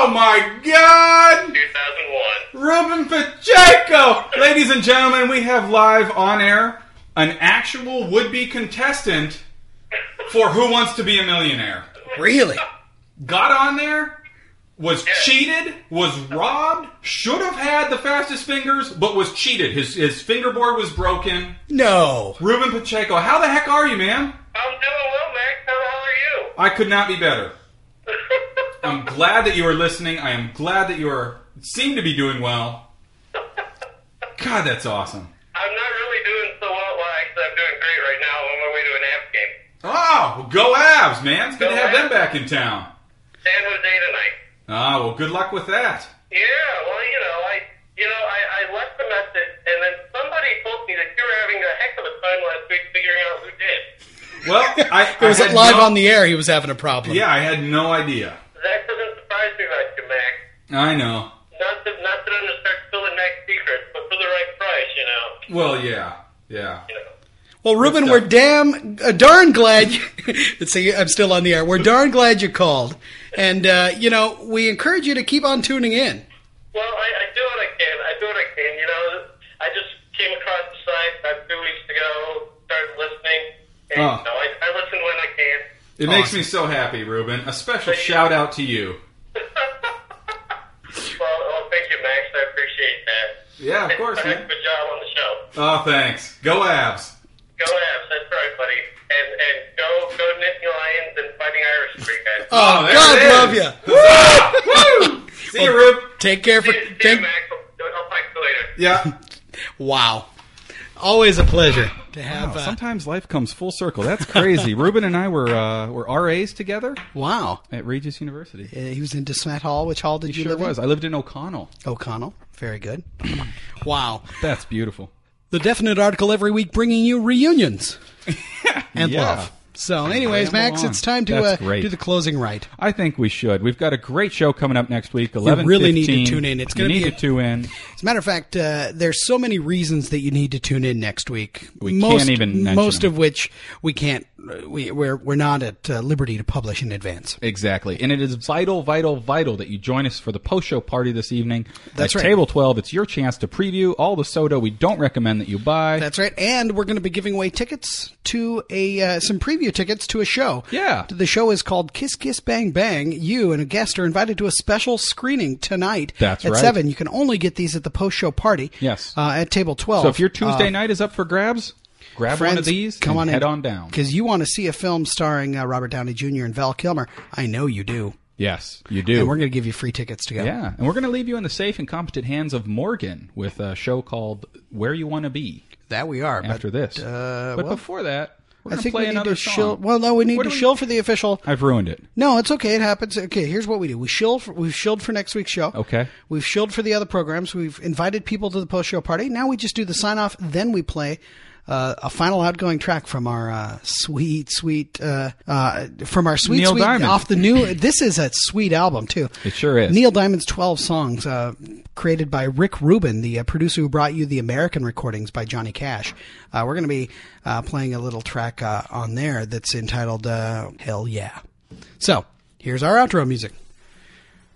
Speaker 5: Oh my God. Ruben
Speaker 4: 2001.
Speaker 5: Pacheco! Ladies and gentlemen, we have live on air an actual would be contestant for Who Wants to Be a Millionaire.
Speaker 2: really?
Speaker 5: Got on there, was cheated, was robbed, should have had the fastest fingers, but was cheated. His, his fingerboard was broken.
Speaker 2: No.
Speaker 5: Ruben Pacheco, how the heck are you, man?
Speaker 4: I'm doing well, Max. How the hell are you?
Speaker 5: I could not be better. I'm glad that you are listening. I am glad that you are seem to be doing well. God, that's awesome.
Speaker 4: I'm not really doing so well. Well, actually, I'm doing great right now. I'm on my way to an app game.
Speaker 5: Oh, well, go Avs, man. It's good
Speaker 4: Go
Speaker 5: to have them
Speaker 4: Avs.
Speaker 5: back in town.
Speaker 4: San Jose tonight.
Speaker 5: Ah, well, good luck with that.
Speaker 4: Yeah, well, you know, I, you know, I, I left the message, and then somebody told me that you were having a heck of a time last week figuring out who did.
Speaker 5: Well, I,
Speaker 2: It was
Speaker 5: I had
Speaker 2: live
Speaker 5: no-
Speaker 2: on the air. He was having a problem.
Speaker 5: Yeah, I had no idea.
Speaker 4: That doesn't surprise me about you, Max.
Speaker 5: I know.
Speaker 4: Not that, not that I'm gonna start spilling Max secrets, but for the right price, you know.
Speaker 5: Well, yeah, yeah.
Speaker 4: You know.
Speaker 2: Well, Ruben, we're damn uh, darn glad. You, see, I'm still on the air. We're darn glad you called, and uh, you know we encourage you to keep on tuning in.
Speaker 4: Well, I, I do what I can. I do what I can. You know, I just came across the site about two weeks ago, started listening, and
Speaker 5: Oh.
Speaker 4: you know, I, I listen when I can.
Speaker 5: It makes me so happy, Ruben. A special shout out to you.
Speaker 4: Well, well, thank you, Max. I appreciate that.
Speaker 5: Yeah, of
Speaker 4: Thanks
Speaker 5: course,
Speaker 4: for a heck
Speaker 5: man.
Speaker 4: of a job on the show.
Speaker 5: Oh, thanks. Go Avs.
Speaker 4: Go Abs, that's right, buddy. And and go go Nittany Lions and Fighting Irish Street, guys.
Speaker 3: Uh,
Speaker 2: Oh,
Speaker 5: there
Speaker 2: God
Speaker 5: it is.
Speaker 2: love you.
Speaker 5: Woo! See you, Rube.
Speaker 2: Take care for
Speaker 4: See you,
Speaker 2: thank,
Speaker 4: Max. I'll, I'll talk to you later.
Speaker 5: Yeah.
Speaker 2: wow. Always a pleasure to have. uh,
Speaker 3: Sometimes life comes full circle. That's crazy. Ruben and I were uh, were RAs together
Speaker 2: wow.
Speaker 3: at Regis University.
Speaker 2: Uh, he was into Smet Hall. Which hall did you
Speaker 3: sure
Speaker 2: live
Speaker 3: was. I lived in O'Connell.
Speaker 2: in? O'Connell. Very good. wow.
Speaker 3: That's beautiful.
Speaker 2: The definite article every week bringing you reunions and
Speaker 3: Yeah.
Speaker 2: love. So, anyways,
Speaker 3: Ramble
Speaker 2: Max,
Speaker 3: on.
Speaker 2: it's time to uh,
Speaker 3: That's great.
Speaker 2: do the closing right.
Speaker 3: I think we should. We've got a great show coming up next week. Eleven.
Speaker 2: really need to tune in. It's
Speaker 3: you
Speaker 2: gonna
Speaker 3: need
Speaker 2: be a-
Speaker 3: to tune in.
Speaker 2: As a matter of fact, uh, there's so many reasons that you need to tune in next week.
Speaker 3: We can't
Speaker 2: most,
Speaker 3: even mention
Speaker 2: most
Speaker 3: them.
Speaker 2: of which we can't. uh, We, we're we're not at uh, liberty to publish in advance.
Speaker 3: Exactly. And it is vital, vital, vital that you join us for the post show party this evening.
Speaker 2: That's
Speaker 3: At
Speaker 2: right.
Speaker 3: Table 12, it's your chance to preview all the soda we don't recommend that you buy.
Speaker 2: That's right, and we're going to be giving away tickets to a uh, some preview tickets to a show.
Speaker 3: Yeah.
Speaker 2: the show is called Kiss Kiss Bang Bang. You and a guest are invited to a special screening tonight.
Speaker 3: That's
Speaker 2: at
Speaker 3: right.
Speaker 2: seven. You can only get these at the post show party.
Speaker 3: Yes.
Speaker 2: uh, at table twelve.
Speaker 3: so if your Tuesday night is up for grabs, grab one of these
Speaker 2: uh, come
Speaker 3: and
Speaker 2: on
Speaker 3: head on down.
Speaker 2: because you want to see a film starring uh, Robert Downey Jr. and Val Kilmer. I know you do.
Speaker 3: Yes, you do.
Speaker 2: And we're going to give you free tickets to go.
Speaker 3: yeah, and we're going to leave you in the safe and competent hands of Morgan with a show called Where You Want to Be
Speaker 2: that we are. but,
Speaker 3: after this.
Speaker 2: uh,
Speaker 3: but
Speaker 2: well,
Speaker 3: before that, we're
Speaker 2: I
Speaker 3: going
Speaker 2: think
Speaker 3: play
Speaker 2: we need
Speaker 3: another
Speaker 2: to
Speaker 3: song.
Speaker 2: shill. Well, no, we need
Speaker 3: What
Speaker 2: to
Speaker 3: do we-
Speaker 2: shill for the official.
Speaker 3: I've ruined it.
Speaker 2: No, it's okay. It happens. Okay, here's what we do. We shill. For, we've shilled for next week's show.
Speaker 3: Okay.
Speaker 2: We've shilled for the other programs. We've invited people to the post show party. Now we just do the sign off. Then we play uh, a final outgoing track from our uh, sweet, sweet, uh, uh, from our sweet,
Speaker 3: Neil
Speaker 2: sweet
Speaker 3: Diamond.
Speaker 2: off the new. This is a sweet album too.
Speaker 3: It sure is.
Speaker 2: Neil Diamond's twelve songs, uh, created by Rick Rubin, the uh, producer who brought you the American recordings by Johnny Cash. Uh, we're going to be uh, playing a little track uh, on there that's entitled uh, "Hell Yeah." So Here's our outro music.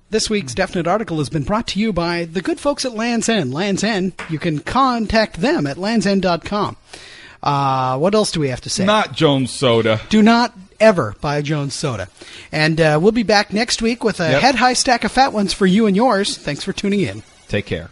Speaker 2: This week's Definite Article has been brought to you by the good folks at Land's End. Land's End, you can contact them at landsend.com. Uh, what else do we have to say?
Speaker 3: Not Jones Soda.
Speaker 2: do not ever buy Jones Soda. And uh, we'll be back next week with a
Speaker 3: Yep.
Speaker 2: head high stack of fat ones for you and yours. Thanks for tuning in.
Speaker 3: Take care.